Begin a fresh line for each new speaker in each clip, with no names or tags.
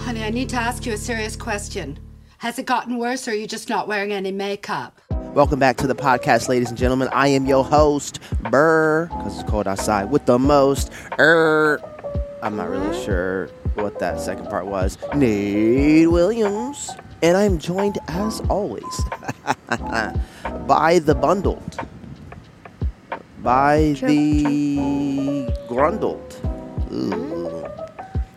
Honey, I need to ask you a serious question. Has it gotten worse, or are you just not wearing any makeup?
Welcome back to the podcast, ladies and gentlemen. I am your host, Burr, because it's cold outside with the most. Er, I'm not really sure what that second part was. Nate Williams. And I'm joined, as always, by the bundled, by the grundled. Ooh.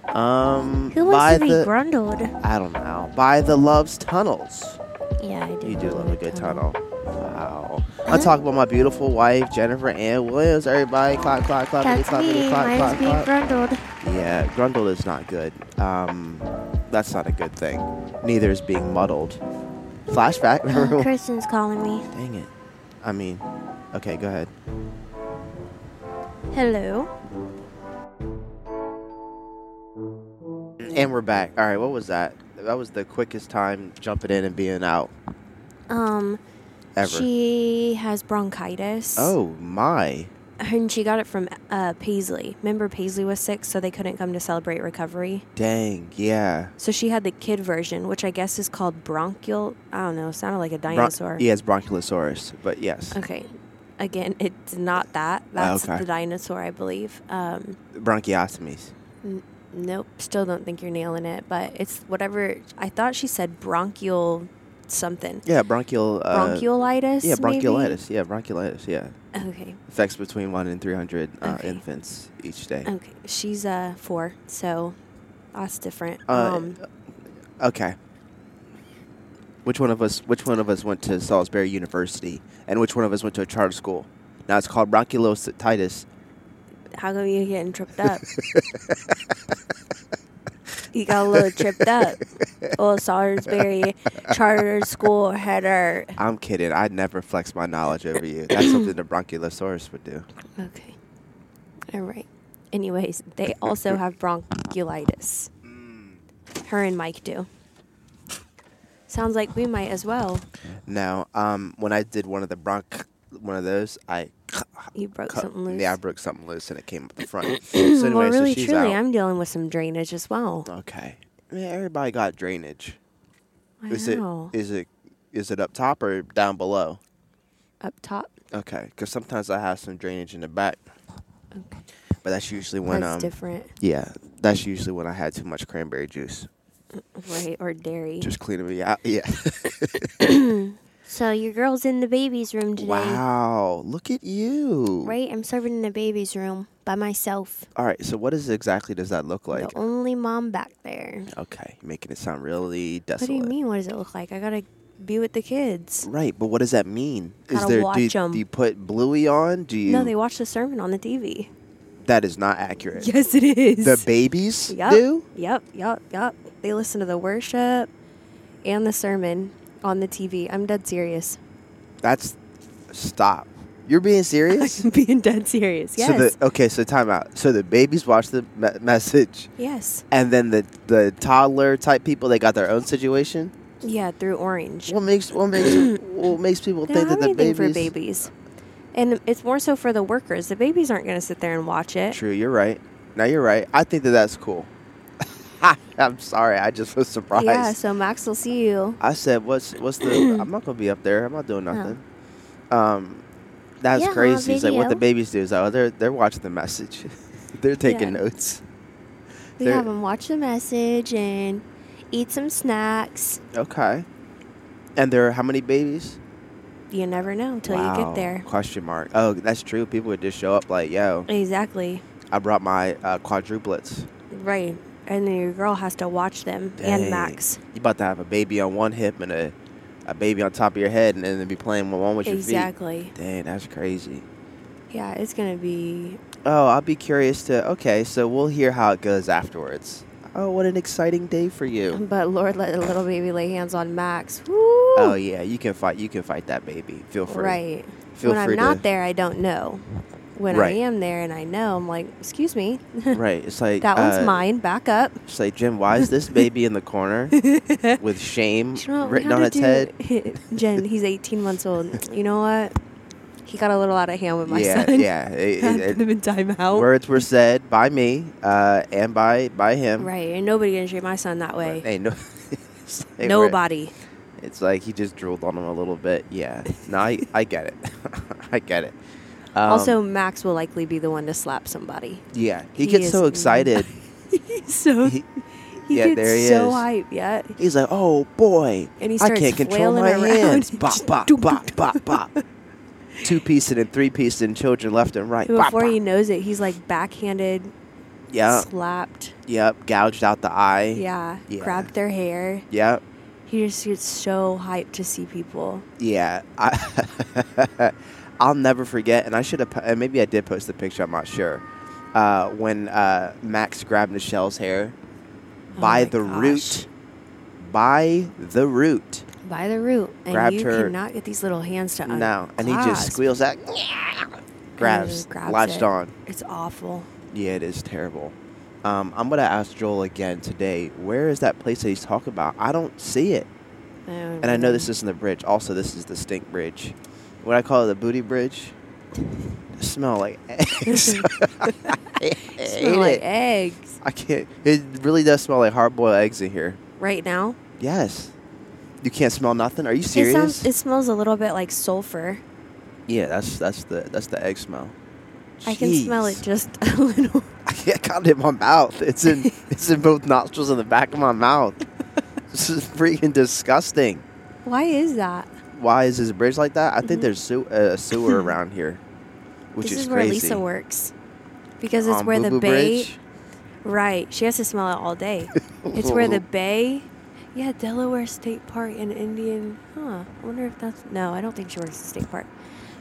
Um,
Hmm.
by
Who wants to be
the
grundled?
I don't know. By the loves tunnels.
Yeah, I do.
You do love a good tunnel. Wow. I'm talking about my beautiful wife, Jennifer Ann Williams. Everybody, clap, clap, clap, clap,
That's
clap, clap,
me.
clap,
Mine's being
clap.
grundled.
Yeah, grundled is not good. Um, that's not a good thing. Neither is being muddled. Flashback.
Oh, Kristen's calling me.
Dang it. I mean, okay, go ahead.
Hello.
And we're back. All right, what was that? That was the quickest time jumping in and being out
Um,
ever.
she has bronchitis.
oh my.
And she got it from uh, Paisley. Remember, Paisley was sick, so they couldn't come to celebrate recovery.
Dang. Yeah.
So she had the kid version, which I guess is called bronchial. I don't know. Sounded like a
Bron-
dinosaur.
yeah, it's bronchilosaurus, but yes.
Okay. Again, it's not that. That's
Ah, Okay.
the dinosaur, I believe. Um,
Bronchiotomies.
N- nope. Still don't think you're nailing it, but it's whatever. I thought she said bronchial something.
Yeah, bronchial. Uh,
bronchiolitis?
Yeah,
maybe?
bronchiolitis. Yeah, bronchiolitis. Yeah,
Okay.
affects between one and three hundred uh,
Okay. Um,
infants each day.
Okay. She's uh, four, so that's different.
Uh,
um,
Okay. Which one of us? Which one of us went to Salisbury University, and which one of us went to a charter school? Now it's called bronchiolitis.
how come you're getting tripped up? you got a little tripped up. Well, Salisbury Charter School header.
I'm kidding. I'd never flex my knowledge over you. That's something the bronchilosaurus would do.
Okay. All right. Anyways, they also have bronchiolitis. Her and Mike do. Sounds like we might as well.
Now, um, when I did one of the bronch, one of those, I
You broke
cut-
something loose.
Yeah, I broke something loose, and it came up the front. so anyway,
well, really,
so she's
truly,
out.
I'm dealing with some drainage as well.
Okay. Man, everybody got drainage.
I
Is it
know.
is it is it up top or down below?
Up top.
Okay, because sometimes I have some drainage in the back,
Okay.
but that's usually when
That's
um
different,
yeah, that's usually when I had too much cranberry juice.
right? Or dairy.
Just cleaning me out. Yeah.
So your girl's in the baby's room today,
wow, look at you.
right? I'm serving in the baby's room by myself,
All right. So what is exactly does that look like?
the only mom back there.
Okay, you're making it sound really
What
desolate.
do you mean? What does it look like? I gotta be with the kids.
Right, but what does that mean?
Gotta
is there
watch
do, you-
'em.
do you put Bluey on? Do you?
No, they watch the sermon on the TV.
that is not accurate.
Yes, it is.
The babies
yep,
do.
Yep, yep, yep. They listen to the worship and the sermon on the TV. I'm dead serious.
That's stop. You're being serious.
I'm being dead serious. Yes.
So the okay, so time out. So the babies watch the me- message,
yes.
and then the the toddler type people they got their own situation.
Yeah, through Orange.
What makes what makes what makes people
They
think
don't
that the
have anything
babies?
for babies. And it's more so for the workers. The babies aren't going to sit there and watch it.
True, you're right. Now you're right. I think that that's cool. I'm sorry, I just was surprised.
Yeah, so Max will see you.
I said, "What's what's the? I'm not gonna be up there. I'm not doing
Oh.
nothing." Um, that's
Yeah,
crazy. It's like what the
video.
babies do is oh, they're they're watching the message, they're taking
Yeah.
notes.
We
There-
have them watch the message and eat some snacks.
Okay, and there are how many babies?
You never know until you
Wow,
get there.
Question mark. Oh, that's true. People would just show up like, yo,
Exactly.
I brought my uh, quadruplets.
Right. And then your girl has to watch them
Dang.
and Max.
You about to have a baby on one hip and a, a baby on top of your head and then be playing with one with
Exactly.
your feet. Dang, that's crazy.
Yeah, it's going to be.
Oh, I'll be curious to, okay, so we'll hear how it goes afterwards. Oh, what an exciting day for you.
But Lord, let the little baby lay hands on Max. Woo!
Oh yeah, you can fight. You can fight that baby. Feel free.
Right.
Feel
when
free
I'm not
to,
there, I don't know. When
Right.
I am there and I know, I'm like, excuse me,
Right. It's like
that one's
uh,
mine. Back up.
It's like Jim. Why is this baby in the corner with shame
You know what? We
written
gotta
on its head?
do- Jen, he's 18 months old. You know what? He got a little out of hand with my
yeah,
son.
yeah. it-
Had
it- it-
him in timeout.
words were said by me uh, and by by him.
Right. And nobody gonna treat my son that way.
Hey, no. it's like we're-
Nobody.
It's like he just drooled on him a little bit. Yeah. No, I, I get it. I get it. Um,
also, Max will likely be the one to slap somebody.
yeah, he,
he
gets
is-
so excited.
He's so
he,
he
yeah,
gets
there he
so
is.
hype. Yeah.
He's like, oh boy,
And he
I
starts
can't control my
flailing around.
hands. Bop, bop,
Doop,
bop, bop, bop. Two pieced and three pieced and children left and right.
And
Bop,
before
bop.
he knows it, he's like backhanded,
Yep,
slapped.
yep. Gouged out the eye.
Yeah,
Yeah.
Grabbed their hair.
Yep.
He just gets so hyped to see people.
Yeah, I, I'll never forget. And I should have, po- and maybe I did post the picture. I'm not sure. Uh, when uh, Max grabbed Michelle's hair
Oh
by
my
the
gosh.
root, by the root.
By the root. And
Grabbed
you
her-
cannot get these little hands to un-
no, and he just
clasp.
squeals out, grabs,
And grabs
latched
it.
on.
It's awful.
Yeah, it is terrible. Um, I'm gonna ask Joel again today. Where is that place that he's talking about? I don't see it.
Oh,
And I know
Mm-hmm.
this isn't the bridge. Also, this is the stink bridge. What I call it, the booty bridge. smell like eggs. I hate
Smell like
it.
eggs
I can't. It really does smell like hard-boiled eggs in here.
right now.
Yes. You can't smell nothing. Are you
It
serious?
sounds. It smells a little bit like sulfur.
yeah, that's that's the that's the egg smell.
I can smell it
Jeez.
just a little.
I can't count it in my mouth. It's in it's in both nostrils and the back of my mouth. this is freaking disgusting.
Why is that?
Why is this bridge like that? I think
Mhm.
there's sew- uh, a sewer around here, which
this
is,
is, where
crazy.
Lisa works, because it's
On
where
Boo Boo
the bay.
Bridge?
Right. She has to smell it all day. it's where the bay. Yeah, Delaware State Park and Indian. Huh. I wonder if that's. No, I don't think she works at State Park.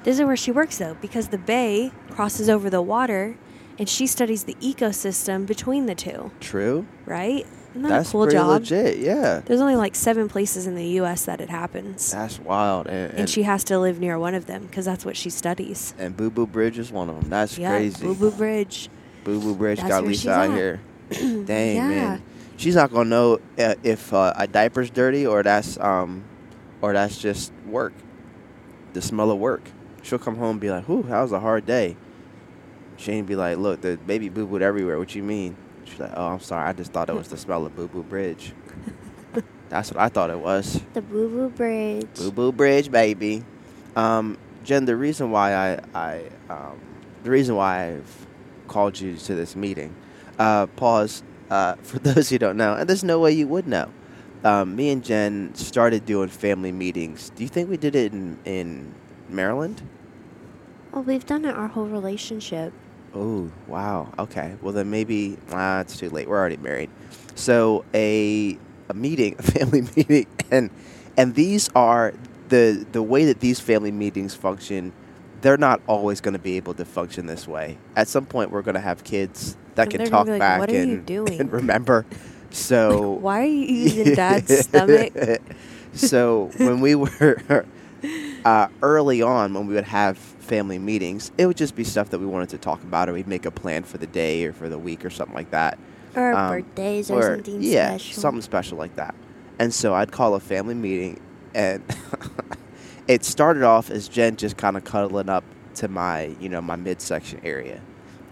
This is where she works, though, because the bay crosses over the water and she studies the ecosystem between the two,
True.
right? Isn't that
That's
a cool
pretty
job?
legit. Yeah.
There's only like seven places in the U.S. that it happens.
That's wild. And,
and she has to live near one of them because that's what she studies.
and Boo Boo Bridge is one of them. That's
Yeah,
crazy.
Boo Boo Bridge.
Boo Boo Bridge
That's
got
where
Lisa
she's
out
at.
here. Dang man,
Yeah.
she's not gonna know uh, if uh, a diaper's dirty or that's um, or that's just work, the smell of work. She'll come home and be like, "Whew, that was a hard day." Shane be like, "Look, the baby boo booed everywhere. What you mean?" She's like, "Oh, I'm sorry. I just thought it was the smell of Boo Boo Bridge. that's what I thought it was."
The Boo Boo Bridge.
Boo Boo Bridge, baby. Um, Jen, the reason why I, I um, the reason why I've called you to this meeting, uh, pause uh, for those who don't know, and there's no way you would know. Um, me and Jen started doing family meetings. Do you think we did it in, in Maryland?
Well, we've done it our whole relationship.
Oh, wow. Okay. Well, then maybe ah, it's too late. We're already married. So a a meeting, a family meeting, and and these are the the way that these family meetings function. They're not always going to be able to function this way. At some point, we're going to have kids that
And
can
they're
talk
gonna be like,
back
"What are
and,
you doing?"
and remember. So
Why are you using dad's stomach?
so when we were uh, early on, when we would have family meetings, it would just be stuff that we wanted to talk about, or we'd make a plan for the day or for the week or something like that.
Or
Um,
birthdays
or yeah, something special like that. And so I'd call a family meeting, and it started off as Jen just kind of cuddling up to my, you know, my midsection area.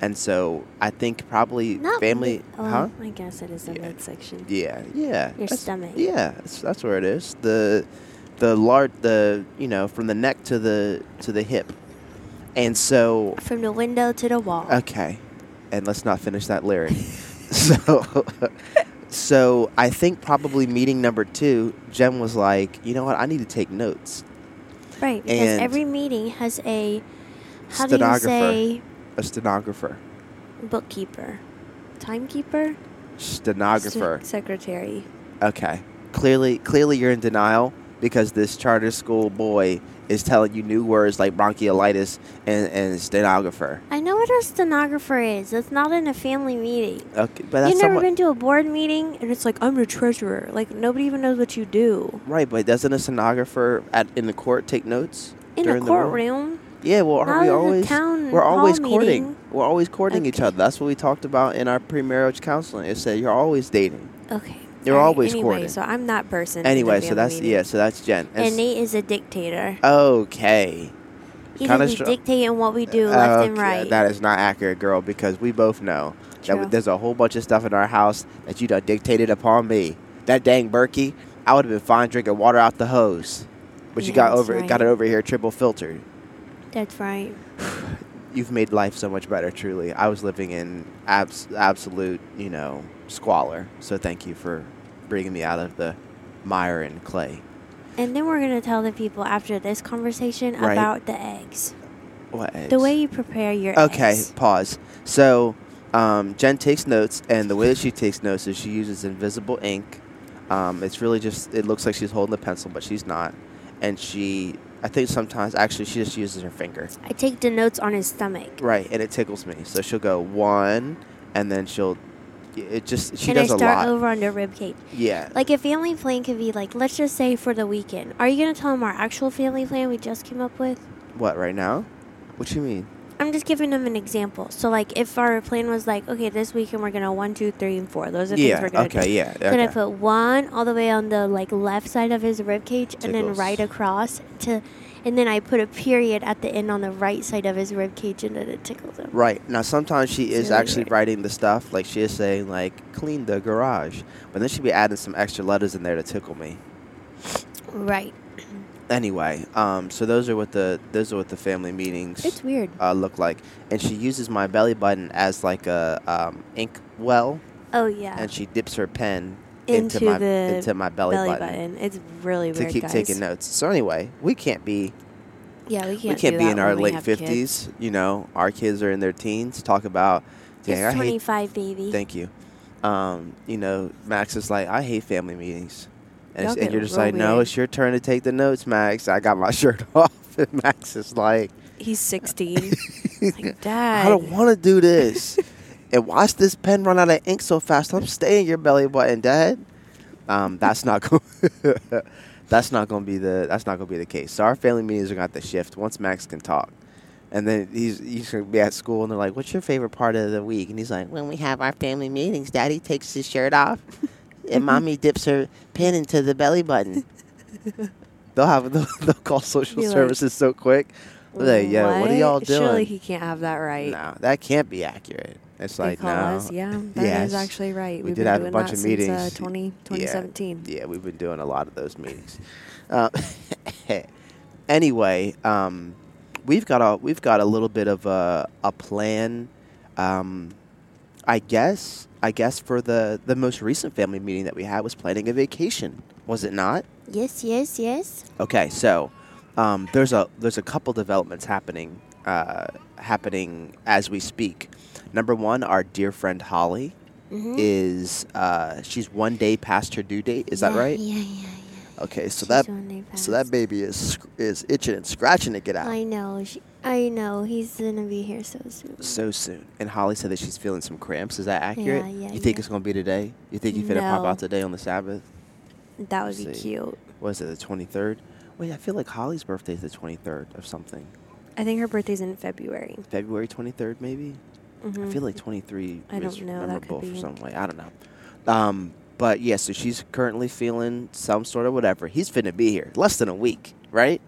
And so I think probably family, huh?
I guess it is a
Yeah.
midsection.
Yeah, yeah.
Your
that's-
stomach.
Yeah, that's, that's where it is. The the large the you know from the neck to the to the hip, and so
From the window to the wall.
okay, and let's not finish that lyric. so so I think probably meeting number two, Jen was like, you know what, I need to take notes.
Right, because
And-
every meeting has a how do you
Stenographer.
say
A stenographer,
Bookkeeper. Timekeeper?
stenographer.
Se- secretary.
Okay. Clearly, clearly you're in denial because this charter school boy is telling you new words like bronchiolitis and, and stenographer.
I know what a stenographer is. It's not in a family meeting.
Okay, but that's
You've never
somewhat
been to a board meeting?
And it's like, I'm the treasurer. Like, nobody even knows what you do.
right. But doesn't a stenographer at in the court take notes
In
during
a
the war?
courtroom?
Yeah, well, are
Not
we
in a
always
town
we're
hall
always courting?
meeting.
We're always courting each
Okay.
other. That's what we talked about in our premarriage counseling. It said you're always dating.
Okay.
You're
All right,
always
anyway,
courting.
So I'm that person. in the
anyway, so
family
that's
meeting.
yeah. So that's Jen.
And
It's-
Nate is a dictator.
okay.
He's
Kinda
gonna be
str- uh,
dictating what we do left and
Okay,
right.
That is not accurate, girl, because we both know that
True.
w- there's a whole bunch of stuff in our house that you done dictated upon me. That dang Berkey, I would have been fine drinking water out the hose, but you
Yeah,
got
that's
over
right.
got it over here triple filtered.
That's right.
You've made life so much better, truly. I was living in abs- absolute, you know, squalor. So thank you for bringing me out of the mire and clay.
And then we're gonna tell the people after this conversation
Right.
about the eggs,
What eggs?
the way you prepare your
Okay,
eggs.
pause. So, um, Jen takes notes, and the way that she takes notes is she uses invisible ink. Um, it's really just, it looks like she's holding a pencil, but she's not. And she, I think sometimes, actually, she just uses her finger.
I take the notes on his stomach.
Right, and it tickles me. So she'll go one, and then she'll, it just, she
and
does
I
a
start
lot.
over on the rib cage.
yeah.
Like a family plan could be like, let's just say for the weekend. Are you gonna tell them our actual family plan we just came up with?
What, right now? What you mean?
I'm just giving them an example. So like, if our plan was like, okay, this weekend we're gonna one, two, three, and four. Those are things
Yeah,
we're gonna
okay,
do.
yeah.
Then I
okay.
put one all the way on the like left side of his rib cage, and then
Tickles.
right across to, and then I put a period at the end on the right side of his rib cage, and then it tickles him.
Right. Now, sometimes she is
Really
actually
right.
writing the stuff. Like, she is saying, like, clean the garage. But then she'd be adding some extra letters in there to tickle me.
Right.
Anyway, um, so those are what the those are what the family meetings
It's weird.
uh, look like. And she uses my belly button as like a um, ink well,
Oh yeah.
and she dips her pen
Into
my
the
into my belly,
belly button. It's really
to
weird,
keep
guys.
taking notes. So anyway, we can't be
yeah, we
we
can't.
can't
do
be
that
in our
when we
late
have kids.
fifties. You know, our kids are in their teens. Talk about dang, I
it's
hate
25, baby.
Thank you. Um, you know, Max is like, I hate family meetings. And, it's-
Y'all
and
get
you're just
real
like, no,
weird."
it's your turn to take the notes, Max. I got my shirt off. And Max is like,
He's 16. like, Dad.
I don't want to do this. and watch this pen run out of ink so fast. I'm staying your belly button, Dad. Um, that's not going. that's not going to be the. That's not going to be the case. So our family meetings are going to shift once Max can talk, and then he's he's going to be at school and they're like, "What's your favorite part of the week?" And he's like, "When we have our family meetings, Daddy takes his shirt off, and Mommy dips her pen into the belly button." they'll have they'll, they'll call social
Be like,
services so quick. They're like, "Yo, what? are y'all doing?"
Surely he can't have that right.
No, that can't be accurate. It's
They
like
call
no.
us. Yeah, that is
Yes.
actually right.
We
We've
did
been
have a
doing
bunch
that
of
since,
meetings.
Uh, 20,
Yeah.
2017.
Yeah, we've been doing a lot of those meetings. uh, anyway, um, we've got a we've got a little bit of a a plan. Um, I guess I guess for the the most recent family meeting that we had was planning a vacation. Was it not?
Yes, yes, yes.
Okay, so um, there's a there's a couple developments happening uh, happening as we speak. Number one, our dear friend Holly is uh, she's one day past her due date. Is that
Yeah,
right?
Yeah, yeah,
Okay, so
She's
that
one day
so that
past.
baby is sc- is itching and scratching to get
yeah.
out
I know. She, I know. He's gonna be here so soon.
so soon. And Holly said that she's feeling some cramps. Is that accurate?
Yeah, yeah,
you think
yeah.
it's gonna be today? You think you're gonna pop
No.
out today on the Sabbath?
That would be
See.
cute.
Was it the 23rd? Wait, I feel like Holly's birthday is the 23rd of something.
I think her birthday's in February.
February 23rd, maybe. I
Mhm.
feel like 23
I
is
don't know, that
memorable
could
for
be-
some way. I don't know. Um, but yeah, so she's currently feeling some sort of whatever. He's finna be here less than a week, right?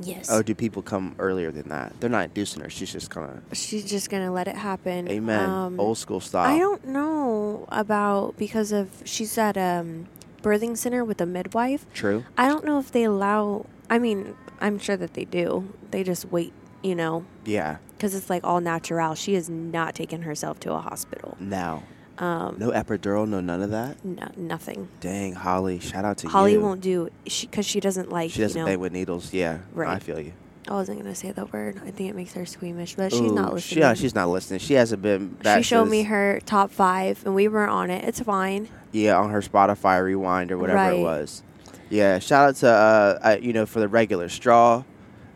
yes.
Oh, do people come earlier than that? They're not inducing her. She's just gonna.
She's just gonna let it happen.
Amen.
Um,
Old school style.
I don't know about because of she's at um birthing center with a midwife.
True.
I don't know if they allow. I mean, I'm sure that they do. They just wait, you know,
Yeah.
because it's like all natural. She has not taken herself to a hospital.
No.
Um,
No epidural. No none of that.
no, nothing.
Dang, Holly. Shout out to
Holly
you.
won't do she because she doesn't like.
She doesn't
you know,
bang with needles. Yeah. I
Right.
feel you.
I wasn't gonna say the word. I think it makes her squeamish, but she's not
Ooh, she-
listening.
yeah, she's not listening. She hasn't been.
she
back
showed
since-
me her top five, and we were on it. It's fine.
Yeah, on her Spotify rewind or whatever it
Right.
was. Yeah, shout out to uh, uh you know for the regular straw.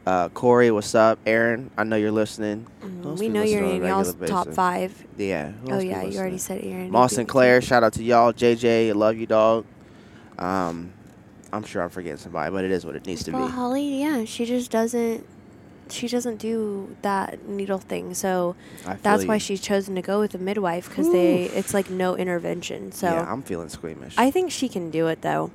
Uh, Corey, what's up? Aaron, I know you're listening. Who else
Mm, we
be
know
listening
you're
on a
in
regular
y'all's top
basis?
five.
Yeah. who
Oh
else be
yeah, you already
listening?
said Aaron.
Moss and Claire, shout out to y'all. JJ, I love you, dog. Um, I'm sure I'm forgetting somebody, but it is what it needs to
Well,
be.
Holly, yeah, she just doesn't. She doesn't do that needle thing, so
I feel
that's why
you.
she's chosen to go with a midwife because they it's like no intervention. So
yeah, I'm feeling squeamish.
I think she can do it though.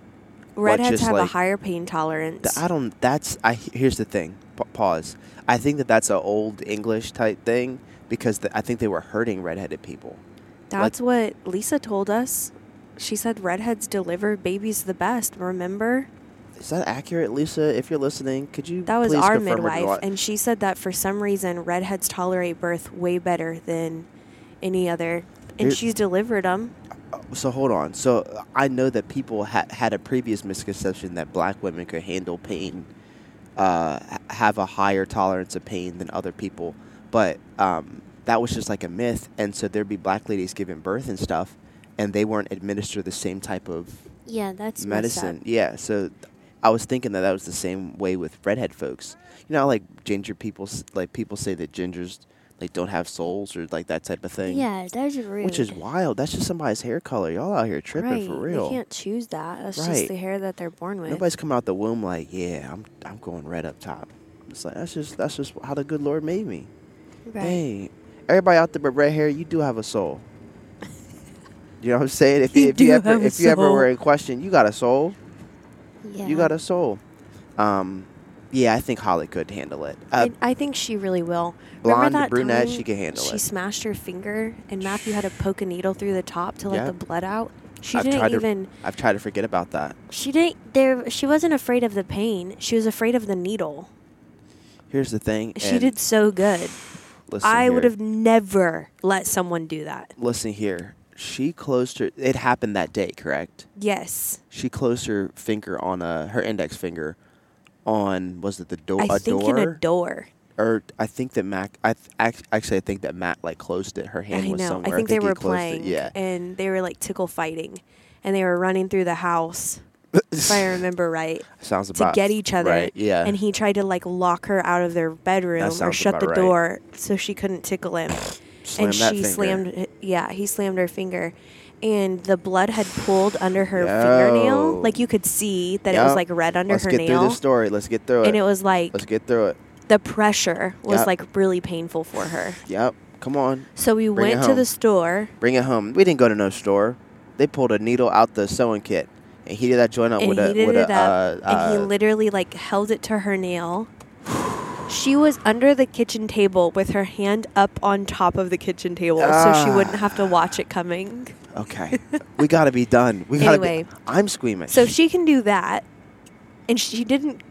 Redheads
just
have a
like-
higher pain tolerance.
Th- I don't. That's I. Here's the thing. pa- pause. I think that that's an old English type thing because th- I think they were hurting redheaded people.
That's what Lisa told us. She said redheads deliver babies the best. Remember?
Is that accurate, Lisa? If you're listening, could you
That was
please
our
confirm or
midwife,
not?
and she said that for some reason redheads tolerate birth way better than any other, and
Here-
she's delivered them.
So hold on. So uh, I know that people ha- had a previous misconception that black women could handle pain, uh, h- have a higher tolerance of pain than other people, but um, that was just like a myth. And so there'd be black ladies giving birth and stuff, and they weren't administered the same type of
Yeah, that's messed up.
medicine. Yeah. So th- I was thinking that that was the same way with redhead folks. You know, how, like ginger people, s- like people say that gingers like don't have souls or like that type of thing.
Yeah, that's rude.
Which is wild. That's just somebody's hair color. Y'all out here tripping
right?
for real.
They can't choose that. That's
Right.
just the hair that they're born with.
Nobody's coming out the womb like, yeah, I'm I'm going red up top. It's like that's just that's just how the good Lord made me.
right.
Hey, everybody out there with red hair, you do have a soul. you know what I'm saying? If
You
if you
do
ever
have a
if you ever
soul.
were in question, you got a soul.
Yeah.
You got a soul. Um, yeah, I think Holly could handle it. Uh,
And I think she really will.
blonde,
Remember that
brunette,
time
she can handle
She
it.
smashed her finger, and Matthew had to poke a needle through the top to let
Yeah.
the blood out. She
I've tried
didn't
to-
even.
I've tried to forget about that.
She didn't. There. She wasn't afraid of the pain. She was afraid of the needle.
Here's the thing.
She
and
did so good.
listen
I
here.
would have never let someone do that.
listen here. She closed her. It happened that day, correct?
Yes.
She closed her finger on a her index finger on was it the do-
I
Oh, a
think
door?
in a door.
Or I think that Mac. I th- ac- actually I think that Matt like closed it. Her hand
I
was
know. I
somewhere.
think they
he
were
closed
playing.
It. Yeah.
And they were like tickle fighting, and they were running through the house, if I remember right,
Sounds
to
about
get each other.
Right. Yeah.
And he tried to like lock her out of their bedroom or
sounds
shut
about
the
right.
door so she couldn't tickle him.
Slammed
and she
that finger.
slammed. h- Yeah, he slammed her finger. And the blood had pooled under her fingernail.
Yo.
Like you could see that it was
Yup.
like red under
Let's
her
get
nail.
through the story. Let's get through it.
and it was like
Let's get through it.
the pressure was
Yup.
like really painful for her.
Yep. Come on.
So we
Bring it
went to
home.
the store
Bring it home. We didn't go to no store. They pulled a needle out the sewing kit and heated that joint up
and
with
he
a
did
with
it
a
up,
uh,
and he
uh,
literally like held it to her nail. She was under the kitchen table with her hand up on top of the kitchen table, so she wouldn't have to watch it coming.
Okay, we gotta be done. We gotta.
Anyway.
be, I'm squeamish.
So she can do that, and she didn't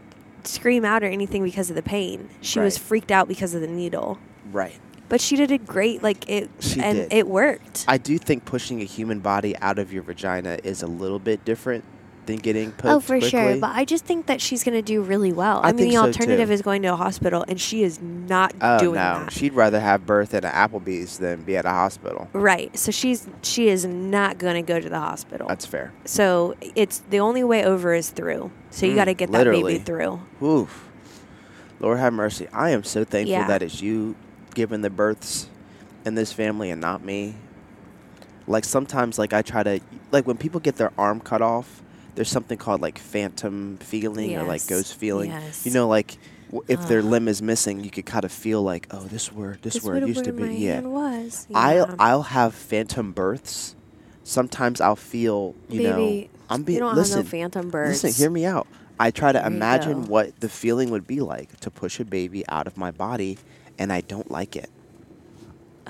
scream out or anything because of the pain. She was
Right.
freaked out because of the needle,
right.
but she did it great. Like it,
She
and
did.
it worked.
I do think pushing a human body out of your vagina is a little bit different than getting poked.
Oh, for sure.
quickly.
But
I just think that she's going to do really well.
I
I, mean,
think
the
so,
alternative
too.
is going to a hospital, and she is not
oh
doing
no,
that.
she'd rather have birth at an Applebee's than be at a hospital.
right. So she's she is not going to go to the hospital.
That's fair.
so it's the only way over is through. So you
Mm,
got to get that
literally.
baby through.
Oof. Lord have mercy. I am so thankful
Yeah.
that it's you giving the births in this family and not me. Like sometimes like I try to like when people get their arm cut off, there's something called like phantom feeling or like
Yes.
ghost feeling.
Yes.
You know like w- if their
Ugh.
limb is missing, you could kind of feel like, oh, this where this, where it used to be.
my
yeah.
hand was.
I'll I'll have phantom births. Sometimes I'll feel, you
Baby,
know, I'm
you
being
don't have no
listen.
phantom birds.
Listen, hear me out. I try to
There you
imagine
go.
what the feeling would be like to push a baby out of my body, and I don't like it.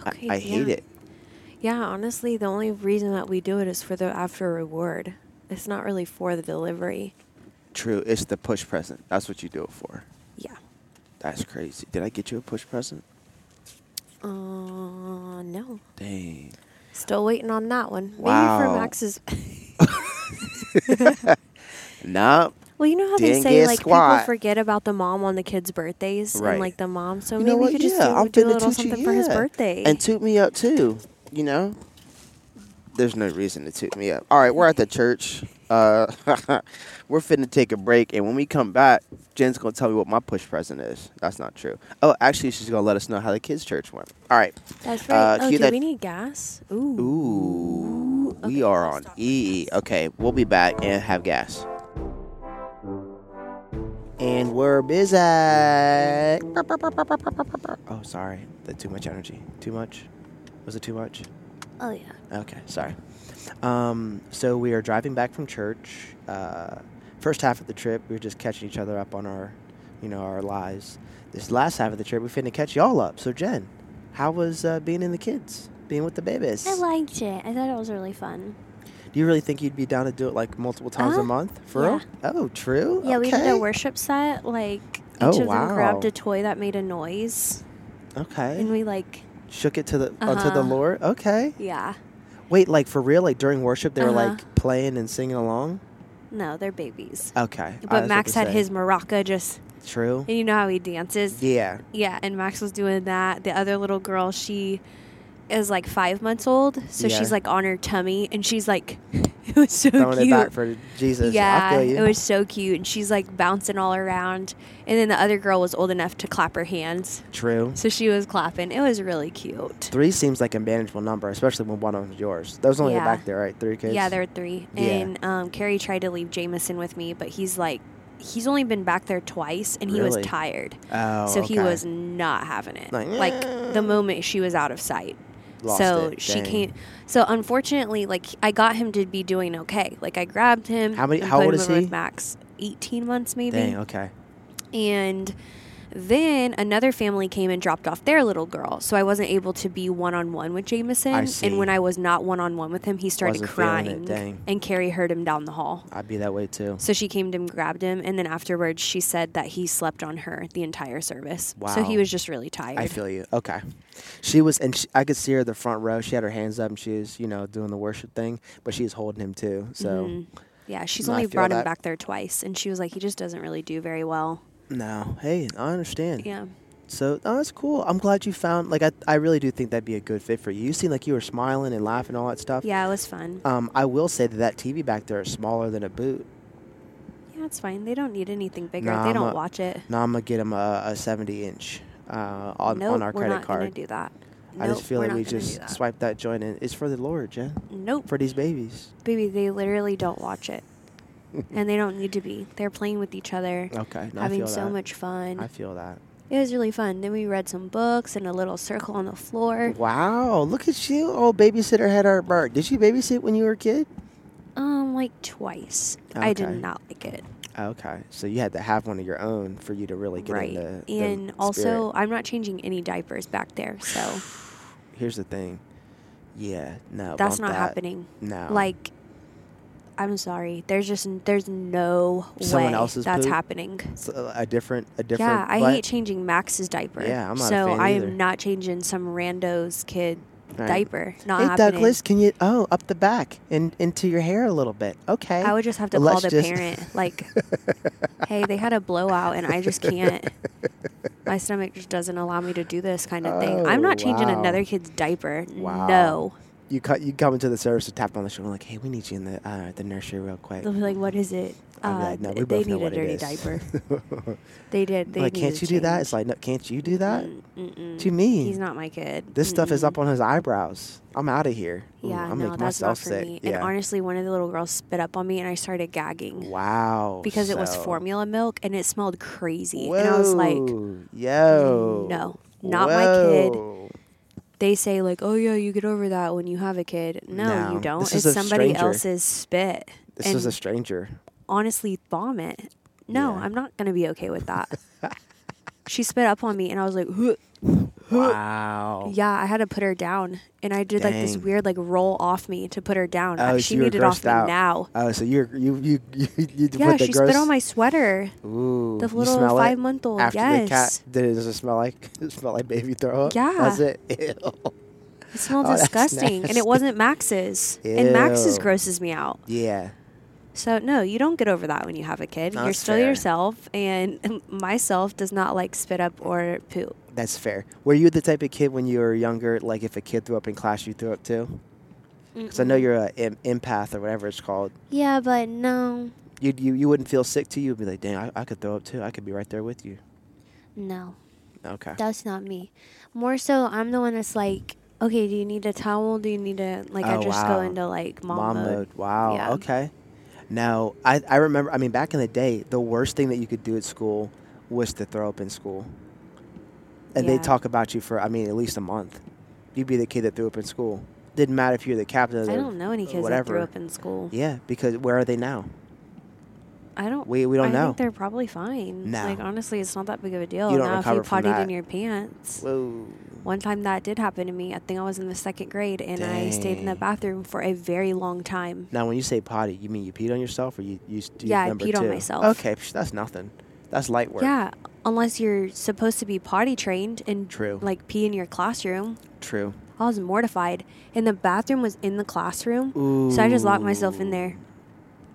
Okay,
I hate
yeah.
it.
Yeah, honestly, the only reason that we do it is for the after reward. It's not really for the delivery.
True, it's the push present. That's what you do it for.
Yeah.
That's crazy. Did I get you a push present?
Uh, no.
Dang.
Still waiting on that one. Maybe
Wow.
for Max's.
Nope.
well, you know how they
Didn't
say
get
like
squat.
people forget about the mom on the kids' birthdays
Right.
and like the mom. So
You know
maybe we
what?
could just
yeah,
do,
I'm
do a
finna
little
toot you-
something for his
yeah.
birthday.
And toot me up too, you know? There's no reason to toot me up. All right, we're at the church. Uh, we're finna take a break, and when we come back, Jen's gonna tell me what my push present is. That's not true. Oh, actually, she's gonna let us know how the kids' church went. All right.
That's
Uh,
right. oh,
cue
do
that-
we need gas? Ooh.
Ooh, we
Okay,
are
I'll
on
stop right
E. Okay, we'll be back and have gas. And we're busy. Oh, sorry. That too much energy. Too much. Was it too much?
Oh yeah.
Okay, sorry. Um, so we are driving back from church. Uh, first half of the trip, we were just catching each other up on our you know, our lives. This last half of the trip, we finna catch y'all up. So, Jen, how was uh, being in the kids, being with the babies?
I liked it. I thought it was really fun.
do you really think you'd be down to do it like multiple times a
Uh-huh.
month? For
Yeah.
real? Oh, true.
Yeah, we did
Okay.
a worship set. Like each
Oh,
of them
wow. Eh.
grabbed a toy that made a noise,
Okay.
and we like,
Shook it to the unto the
Uh-huh.
Lord. Okay.
yeah,
Wait, like for real? Like during worship, they were
Uh-huh.
like playing and singing along.
no, they're babies.
Okay. I was
But
about
Max
to
had
say.
his maraca just,
True.
and you know how he dances.
Yeah.
Yeah, and Max was doing that. The other little girl, she is like five months old, so
Yeah.
she's like on her tummy, and she's like, it was so
Throwing
cute.
it back for Jesus. I
yeah,
feel you.
it was so cute, and she's like bouncing all around. And then the other girl was old enough to clap her hands,
True.
so she was clapping. It was really cute.
Three seems like a manageable number, especially when one of them's yours. Those only
Yeah.
back there, right? Three kids.
Yeah, there were three.
Yeah.
And um, Carrie tried to leave Jameson with me, but he's like, he's only been back there twice, and he
Really?
was tired.
Oh,
so he
okay.
was not having it.
Like,
Like, the moment she was out of sight.
Lost
so
it.
she
Dang.
came. So unfortunately, like I got him to be doing okay. Like I grabbed him.
How many-
and
how
put
old
him
is
over
he?
With Max, eighteen months maybe.
Dang. Okay.
And then another family came and dropped off their little girl. So I wasn't able to be one on one with Jameson.
I see.
And when I was not one on one with him, he started
Wasn't feeling it,
crying.
dang.
And Carrie heard him down the hall.
I'd be that way too.
So she came to him, grabbed him, and then afterwards she said that he slept on her the entire service. So
Wow.
he was just really tired.
I feel you. Okay. She was, and she, I could see her the front row. She had her hands up, and she was, you know, doing the worship thing, but she was holding him too. So
Mm-hmm. yeah, she's
No, I
only
feel
brought him
that.
back there twice. And she was like, he just doesn't really do very well.
no, hey, I understand.
Yeah.
So oh, that's cool. I'm glad you found. Like, I, I really do think that'd be a good fit for you. You seem like you were smiling and laughing and all that stuff.
Yeah, it was fun.
Um, I will say that that TV back there is smaller than a boot.
Yeah, it's fine. They don't need anything bigger.
Nah,
they
I'm
don't
a-
watch it.
Now I'm gonna get him a, a 70 inch uh, on
nope,
on our
we're
credit
not gonna
card.
do that.
I just
Nope,
feel
we're
like
not
we
gonna do
just
that.
swipe that joint in. It's for the Lord, Jen.
Nope.
For these babies.
Baby, they literally don't watch it. and they don't need to be. They're playing with each other,
Okay. no, Oh, I
having
feel
so
that.
much fun.
I feel that.
it was really fun. Then we read some books and a little circle on the floor.
Wow, look at you. Oh, babysitter had our bird. Did she babysit when you were a kid?
Um, like twice. I
Okay.
did not like it.
Okay. So you had to have one of your own for you to really get
right.
in the, the
and also,
spirit.
I'm not changing any diapers back there, so
here's the thing. Yeah, no.
that's
bump
not
that.
happening.
No.
Like, I'm sorry. There's just there's no
Someone
way
else's
that's
poop?
happening.
So a different a different
Yeah, I
what?
hate changing Max's diaper.
Yeah, I'm not a
so
fan
I
either.
am not changing some rando's kid
Right.
diaper. Not
Hey
happening.
Douglas, can you oh up the back and into your hair a little bit? Okay.
I would just have to
Let's
call the
just-
parent. Like, hey, they had a blowout, and I just can't. My stomach just doesn't allow me to do this kind of thing. I'm
Oh,
not changing
wow.
another kid's diaper.
Wow.
No.
You cut you come into the service to tap on the shoulder like, hey, we need you in the uh, the nursery real quick.
They'll be like, "What is it?"
I'd be like, no,
th-
we
uh, they
both know
need a
what
dirty
it
diaper.
is. diaper.
They did. They
like,
need
can't
to
you do that?
change.
It's like, no, can't you do that?
Mm, mm-mm.
What do you mean?
He's not my kid.
This stuff is
Mm-mm.
up on his eyebrows. I'm out of here. Ooh,
Yeah,
I'm
no,
making
that's not
myself
for
sick.
me.
Yeah.
And honestly, one of the little girls spit up on me, and I started gagging
wow.
because it was
so-
formula milk, and it smelled crazy. And I was like,
Whoa, yo,
"No, not my kid."
Whoa.
they say like, "Oh yeah, you get over that when you have a kid." No,
No,
you don't.
this
It's
is a
somebody
stranger.
else's spit.
This
and
is a stranger.
honestly, vomit. No,
Yeah.
I'm not gonna be okay with that. she spit up on me, and I was like,
Wow.
Yeah, I had to put her down, and I did like this
Oh. Dang.
weird like roll off me to put her down.
Oh,
Uh,
so
she
you were
needed off
grossed out.
me now.
Oh, so you're you you you, you
Yeah,
put the
she
gross.
spit on my sweater.
Ooh,
The
you
little
smell it
five-month-old,
After the cat,
yes.
did it, does it smell like it smell like baby throw up?
Yeah.
Does it? Ew.
It smelled
Oh, that's
disgusting, and
nasty.
it wasn't Max's. And Max's
Ew.
grosses me out.
Yeah.
So no, you don't get over that when you have a kid.
No,
You're
that's
still
fair.
yourself, and myself does not like spit up or poop.
That's fair. Were you the type of kid when you were younger, like if a kid threw up in class, you threw up too? Because I know you're a em- empath or whatever it's called.
Yeah, but no,
You you you wouldn't feel sick to you. You'd be like, dang, I, I could throw up too. I could be right there with you.
no,
Okay.
that's not me. More so, I'm the one that's like, okay, do you need a towel? Do you need a like?
Oh,
I just
wow.
go into like mom, mode.
Wow.
Yeah.
Okay. Now I I remember. I mean, back in the day, the worst thing that you could do at school was to throw up in school, and they
Yeah.
talk about you for I mean at least a month. You'd be the kid that threw up in school. Didn't matter if you're the captain. Of the,
I don't know any kids that
whatever.
threw up in school.
Yeah, because where are they now?
I don't.
We- we don't
I
know.
Think they're probably fine.
No.
Like honestly, it's not that big of a deal.
You don't
now if
recover
you
from
potted
that.
in your pants.
Whoa.
One time that did happen to me. I think I was in the second grade and I stayed in the
Dang.
bathroom for a very long time.
Now, when you say potty, you mean you peed on yourself, or you you? s- do
Yeah, I
number
peed on
two?
myself.
Okay, psh, that's nothing. That's light work.
Yeah, unless you're supposed to be potty trained and
True.
like pee in your classroom.
True.
I was mortified. And the bathroom was in the classroom. So I just locked myself in there.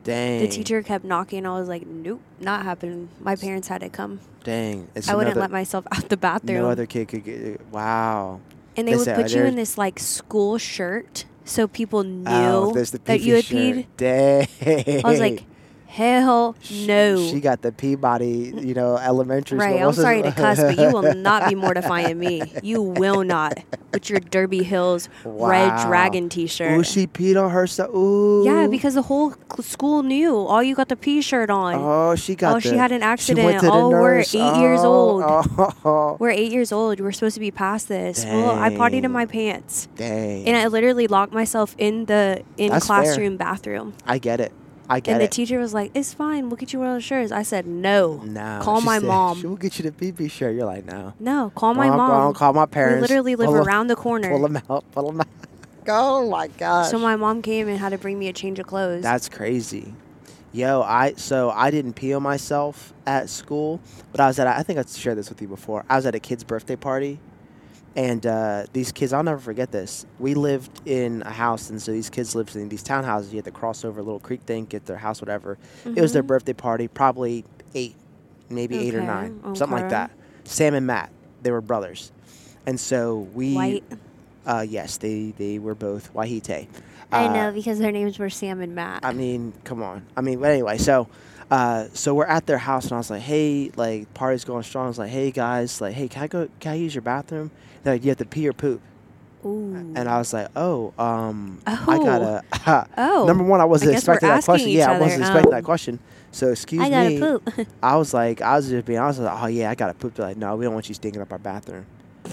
Dang.
The teacher kept knocking. I was like, nope, not happening. My parents had to come.
Dang. It's
I wouldn't
another-
let myself out the bathroom.
No other kid could get. uh, Wow.
and they
They
would
said,
put you in
"There's-
this like school shirt so people knew
Oh, there's the
that you had
Peepee
peed.
shirt. Dang.
I was like, hell
Sh-
no.
She got the Peabody, you know, elementary
Right,
school.
I'm
What's his-
sorry to cuss, but you will not be mortifying me. You will not with your Derby Hills red
Wow.
dragon
Ooh,
T-shirt.
she peed on herself. Ooh.
yeah, because the whole cl- school knew. Oh, you got the P-shirt on.
Oh, she got.
Oh, she
the-
had an
She went
accident.
to the
Oh, we're
nurse.
eight years
Oh, oh,
We're eight years old. We're supposed to be past this. Well, I potted in
Dang.
my pants,
Dang.
and I literally locked myself in the in
That's fair.
classroom bathroom.
I get it. I get
And the
it. Mm.
teacher was like, "It's fine. We'll get you one of those shirts." I said, "No.
no.
Call
she
my
said,
mom.
She will get you the pee pee shirt. You're like, no.
No. Call my
Mom,
mom.
mom, Call my
we
parents.
literally live
Pull 'em-
around the corner."
Pull them out. Pull them out. Oh my gosh.
So my mom came and had to bring me a change of clothes.
That's crazy. Yo, I so I didn't pee on myself at school, but I was at I think I shared this with you before. I was at a kid's birthday party, and uh, these kids I'll never forget this. We lived in a house, and so these kids lived in these townhouses. You had to cross over a little creek thing, get their house, whatever. It was their birthday party, probably eight, maybe eight or
Mm-hmm. Okay,
nine, something like
okay.
that. Sam and Matt, they were brothers, and so we,
White.
uh, yes, they they were both Wahite.
I
Uh,
know because their names were Sam and Matt.
I mean, come on. I mean, but anyway, so uh, so we're at their house, and I was like, hey, like party's going strong. I was like, hey guys, like, hey, can I go? Can I use your bathroom? They're like, you have to pee or poop.
Ooh.
And I was like, oh, um, I gotta.
Oh.
Number one, I wasn't
I guess we're
expecting that
asking
question.
each
Yeah, I
other,
wasn't expecting
um,
that question. So excuse
I gotta
me.
poop.
I was like, I was just being honest. I was like, oh yeah, I gotta poop. They're like, no, we don't want you stinking up our bathroom.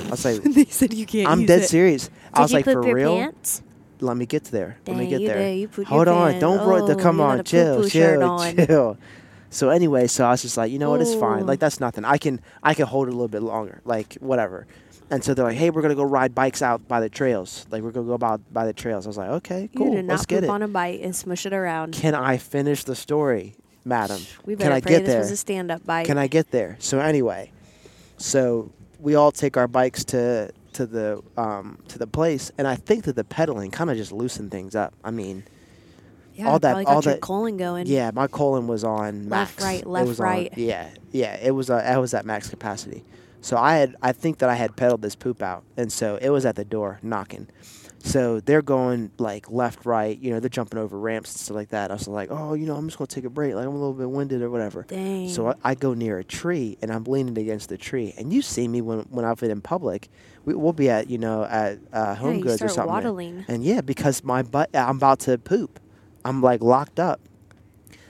I was like,
they said you can't.
I'm
use
dead
it.
serious. I
Did
was
you
like,
poop
for
your
real
pants?
let me get there. let me
Dang,
get
you
there.
did. You put your
Hold on,
pants-
don't bro-
oh,
come
you had
on,
a
chill,
poo-poo shirt
chill,
on.
chill. So anyway, so I was just like, you know what, it's fine.
Ooh.
Like that's nothing. I can I can hold it a little bit longer. Like whatever. And so they're like, hey, we're gonna go ride bikes out by the trails. Like we're gonna go by by the trails. I was like, okay,
You
cool,
did
let's
not
get it.
poop on a bite and smush it around.
can I finish the story, madam?
We
can
better
I
pray
get
this
there?
was a stand-up bite.
Can I get there? So anyway, so we all take our bikes to to the um, to the place, and I think that the pedaling kind of just loosened things up. I mean,
yeah,
all
I
that-
probably got
all
your
that-
colon going.
yeah, my colon was on
Left,
max.
right,
It
left,
was on-
right.
yeah, yeah. It was. Uh, I was at max capacity. So I had. I think that I had pedaled this poop out, and so it was at the door knocking. So they're going like left, right. You know, they're jumping over ramps and stuff like that. I was like, oh, you know, I'm just gonna take a break. Like I'm a little bit winded or whatever.
Dang.
So I, I go near a tree and I'm leaning against the tree. And you see me when when I've been in public. We, we'll be at you know at uh, Home
you
Goods or
start
something.
waddling.
And yeah, because my butt, I'm about to poop. I'm like locked up.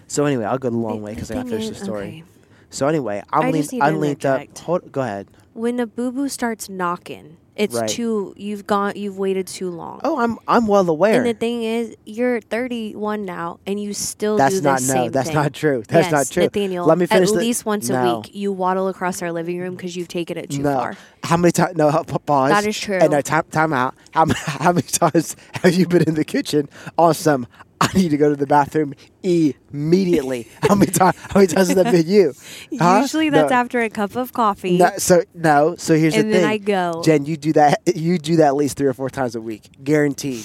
So anyway, I'll go the long
The-
way
the
because I gotta
thing
finish the
is-
story.
okay.
So anyway, I'm
I
lean-
just need to
I'm leaned up.
interject.
Hold, go ahead.
When the boo boo starts knocking, it's
Right.
too. You've gone. You've waited too long.
Oh, I'm I'm well aware.
And the thing is, you're 31 now, and you still
That's
do the
not- no,
same
that's
thing.
not true. That's
yes,
not true.
Nathaniel,
Let me finish
At
the-
least once a
No.
week, you waddle across our living room because you've taken it too
no,
far.
how many times? No, pa- pause.
That is true.
And no, time time out. How m- how many times have you been in the kitchen on some? I need to go to the bathroom immediately. how many times? How many times has that been you? Huh?
Usually, that's
No.
after a cup of coffee.
No, so no. So here's
And
the thing.
then I go.
Jen, you do that. You do that at least three or four times a week, guaranteed.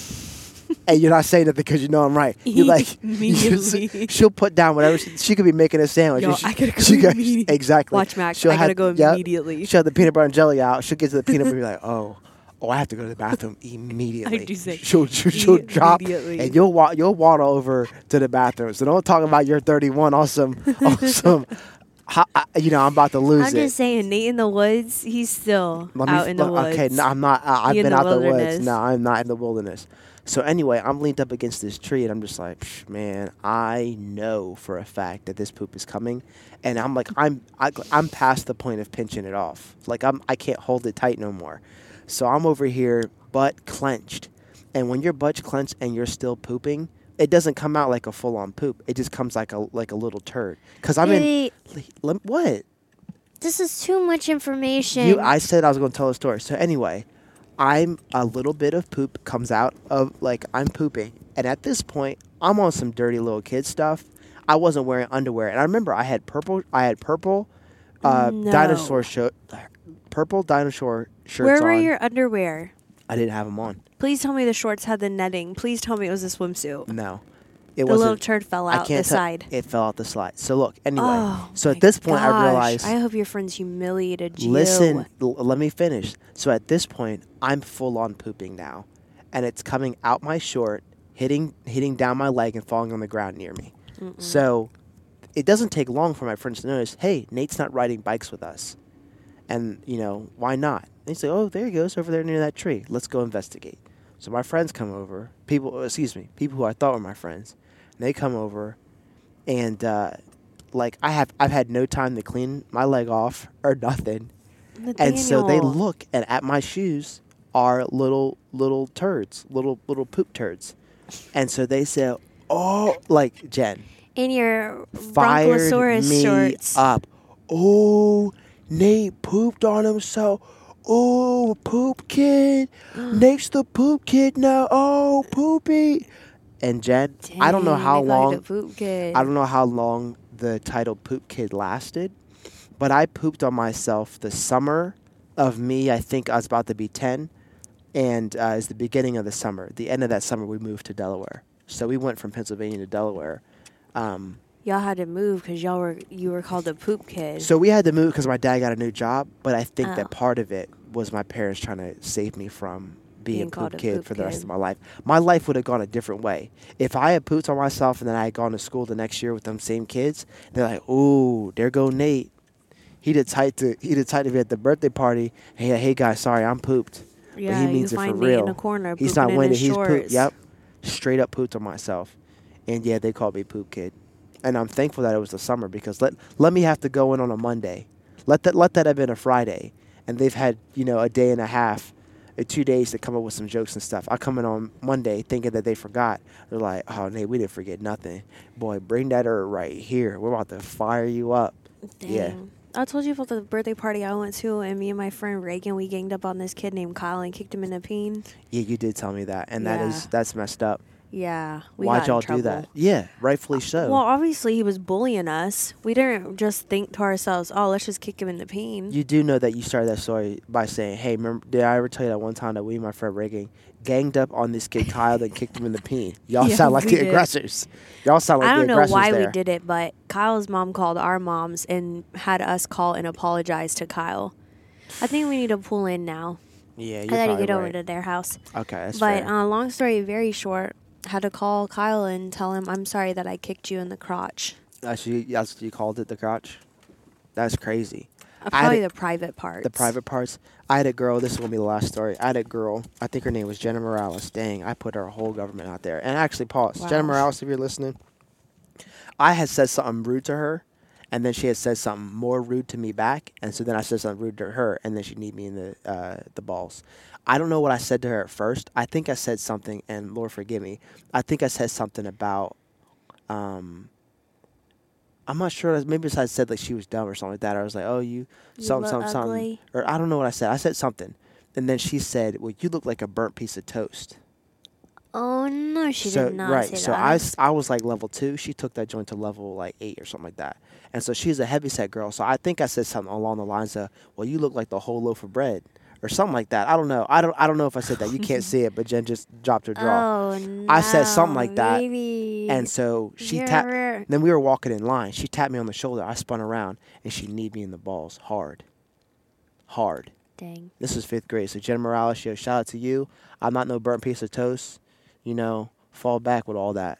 and you're not saying that because you know I'm right. You're like you're s-
Immediately.
she'll put down whatever she, she could be making a sandwich.
Yo,
and she-
I gotta go
she
immediately.
Exactly.
Watch, Max,
She'll
I gotta go
yep,
immediately.
she'll have the peanut butter and jelly out. She'll get to the peanut butter and be like, oh. Oh, I have to go to the bathroom immediately.
do say
she'll, she'll, she'll drop,
immediately.
and you'll wa- you'll waddle over to the bathroom. So don't talk about your 31 on some, on some, ho- I- you know, I'm about to lose
I'm
it.
just saying, Nate in the woods, he's still
Let me
out
f-
in the
let-
woods.
Okay, no, I'm not. I, I've
You in
been
the
out the woods.
wilderness.
No, I'm not in the wilderness. So anyway, I'm leaned up against this tree, and I'm just like, Psh, man, I know for a fact that this poop is coming, and I'm like, I'm I, I'm past the point of pinching it off. Like I'm I can't hold it tight no more. So I'm over here, butt clenched, and when your butt's clenched and you're still pooping, it doesn't come out like a full on poop. It just comes like a like a little turd. Cause I'm in.
Wait,
Lem- What?
This is too much information.
You, I said I was going to tell a story. So anyway, I'm a little bit of poop comes out of like I'm pooping, and at this point, I'm on some dirty little kid stuff. I wasn't wearing underwear, and I remember I had purple. I had purple uh,
No.
dinosaur shirt, purple dinosaur shirts
Where were
on.
your underwear?
I didn't have them on.
Please tell me the shorts had the netting. Please tell me it was a swimsuit.
No, it
the
wasn't.
little turd fell
I
out the
can't tell-
side.
It fell out the slide. So look, anyway.
Oh,
so
my
at this point,
gosh.
I realized.
I hope your friends humiliated you.
Listen, l- let me finish. So at this point, I'm full on pooping now, and it's coming out my short, hitting hitting down my leg and falling on the ground near me. So it doesn't take long for my friends to notice. Hey, Nate's not riding bikes with us, and you know why not? They say, oh, there he goes over there near that tree. Let's go investigate. So my friends come over. People, uh, excuse me, people who I thought were my friends, they come over and uh, like I have I've had no time to clean my leg off or nothing, and so they
Nathaniel.
look and at my shoes are little little turds, little little poop turds, and so they say, "Oh, like Jen,
in your
fired
Bronchosaurus
me
shorts.
up. Oh, Nate pooped on himself." Oh, poop kid. Nate's the poop kid now. Oh, poopy. And Jen, I don't know
Dang,
how
they call you
long
the poop kid.
I don't know how long the title Poop Kid lasted, but I pooped on myself the summer of me, I think I was about to be 10, and uh, is the beginning of the summer. The end of that summer, we moved to Delaware. So we went from Pennsylvania to Delaware. Um,
y'all had to move because y'all were you were called a poop kid.
so we had to move because my dad got a new job, but I think
Oh.
that part of it was my parents trying to save me from being,
Being called
poop
a
kid
poop
for the rest
kid.
of my life. My life would have gone a different way. If I had pooped on myself and then I had gone to school the next year with them same kids, they're like, "Ooh, there go Nate. He did tight to he did tight to be at the birthday party. Hey, hey guys, sorry, I'm pooped.
Yeah,
but
you
he means it for
find Nate in
real.
a corner
He's not
pooping in
winning.
his
He's pooped.
shorts.
Yep, straight up pooped on myself, and yeah, they called me poop kid. And I'm thankful that it was the summer because let let me have to go in on a Monday. Let that let that have been a Friday, and they've had you know a day and a half, uh, two days to come up with some jokes and stuff. I come in on Monday thinking that they forgot. They're like, oh Nate, we didn't forget nothing. Boy, bring that er right here. We're about to fire you up. Yeah.
Dang. I told you about the birthday party I went to, and me and my friend Reagan, we ganged up on this kid named Kyle and kicked him in the peen.
Yeah, you did tell me that, and that is
Yeah.
that's messed up.
Yeah, we
Why'd
got in
y'all
trouble. Uh,
do that? Yeah, rightfully so.
Well, obviously he was bullying us. We didn't just think to ourselves, "Oh, let's just kick him in the peen."
you do know that you started that story by saying, "Hey, remember, did I ever tell you that one time that we, and my friend Reagan, ganged up on this kid Kyle and kicked him in the peen? Y'all
Yeah,
sound like
we
the
did.
aggressors. Y'all sound like
I don't
the
know
aggressors
why
there.
we did it, but Kyle's mom called our moms and had us call and apologize to Kyle. I think we need to pull in now.
Yeah, you
I gotta
probably
get over
right.
to their house.
Okay, that's
but
fair.
uh, long story very short, had to call Kyle and tell him, "I'm sorry that I kicked you in the crotch."
that's, you, that's you called it the crotch. That's crazy.
Uh,
I had
probably
a-
the private part.
the private parts. I had a girl. This is gonna be the last story. I had a girl. I think her name was Jenna Morales. Dang, I put her whole government out there. And actually, pause. Jenna
Wow.
Morales, if you're listening, I had said something rude to her, and then she had said something more rude to me back, and so then I said something rude to her, and then she kneed me in the uh, the balls. I don't know what I said to her at first. I think I said something, and Lord forgive me. I think I said something about. Um, I'm not sure. Maybe I said like she was dumb or something like that. I was like, "Oh, you,
You
something,
look
something, something,"
ugly.
or I don't know what I said. I said something, and then she said, "Well, you look like a burnt piece of toast."
Oh no, she
so
did not
right,
say
so
that.
I, s- I was like level two. She took that joint to level like eight or something like that. And so she's a heavy set girl. So I think I said something along the lines of, "Well, you look like the whole loaf of bread." Or something like that. I don't know. I don't. I don't know if I said that. You can't see it, but Jen just dropped her draw.
Oh no.
I said something like that,
Maybe.
And so she
You're
tapped.
right.
Then we were walking in line. She tapped me on the shoulder. I spun around and she kneed me in the balls hard. Hard.
Dang.
This is fifth grade. So Jen Morales, yo, shout out to you. I'm not no burnt piece of toast. You know, fall back with all that.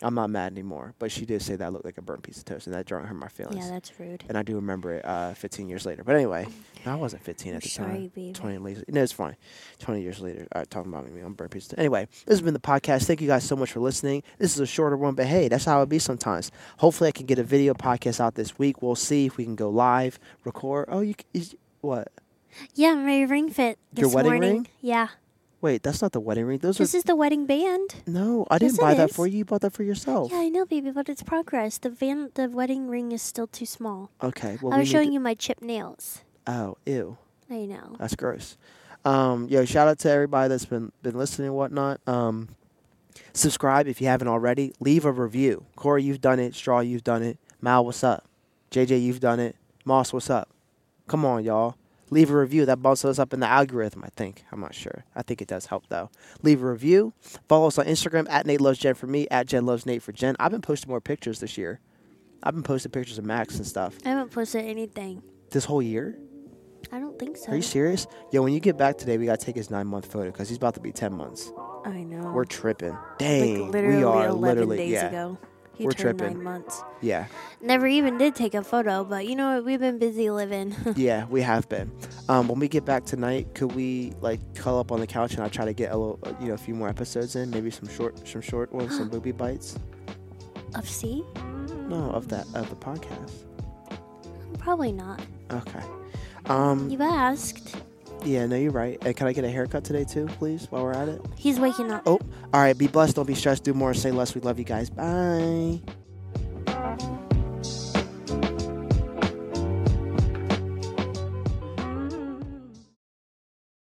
I'm not mad anymore. But she did say that I looked like a burnt piece of toast, and that drunk hurt my feelings.
Yeah, that's rude.
and I do remember it uh, 15 years later. But anyway, no, I wasn't 15 at the
sorry,
time.
baby.
20 later. No, it's fine. 20 years later, uh, talking about me, I'm burnt piece. of toast. Anyway, this has been the podcast. Thank you guys so much for listening. This is a shorter one, but hey, that's how it be sometimes. Hopefully, I can get a video podcast out this week. We'll see if we can go live, record. Oh, you c- is, what?
Yeah, my ring fit.
Your
this
wedding
morning.
ring?
Yeah.
Wait, that's not the wedding ring. Those
This
are
is the wedding band.
no. I didn't
Yes, it
buy that
is.
for you. You bought that for yourself.
Yeah, I know, baby, but it's progress. The van, the wedding ring is still too small.
Okay. Well,
I
we
was
need
showing
to-
you my chip nails.
Oh, ew.
I know.
That's gross. Um, yo, shout out to everybody that's been been listening and whatnot. Um, subscribe if you haven't already. Leave a review. Corey, you've done it. Straw, you've done it. Mal, what's up? JJ, you've done it. Moss, what's up? Come on, y'all. Leave a review. That bumps us up in the algorithm, I think. I'm not sure. I think it does help, though. Leave a review. Follow us on Instagram at Nate Loves Jen for me, at Jen Loves Nate for Jen. I've been posting more pictures this year. I've been posting pictures of Max and stuff
I haven't posted anything.
this whole year.
I don't think so.
Are you serious? Yo, when you get back today, we gotta take his nine month photo because he's about to be ten months.
I know.
We're tripping.
like
Dang,
literally
we are
11
literally
days
yeah,
ago. He
We're
turned
tripping.
nine months.
yeah,
Never even did take a photo, but you know what? We've been busy living.
yeah. We have been. Um, when we get back tonight, could we like curl up on the couch and I try to get a little, uh, you know, a few more episodes in, maybe some short, some short ones, some booby bites.
of C?
No, of that of the podcast.
Probably not.
Okay. Um.
You asked.
Yeah. No, you're right. And can I get a haircut today too, please? While we're at it.
He's waking up.
Oh. All right. Be blessed. Don't be stressed. Do more. Say less. We love you guys. Bye.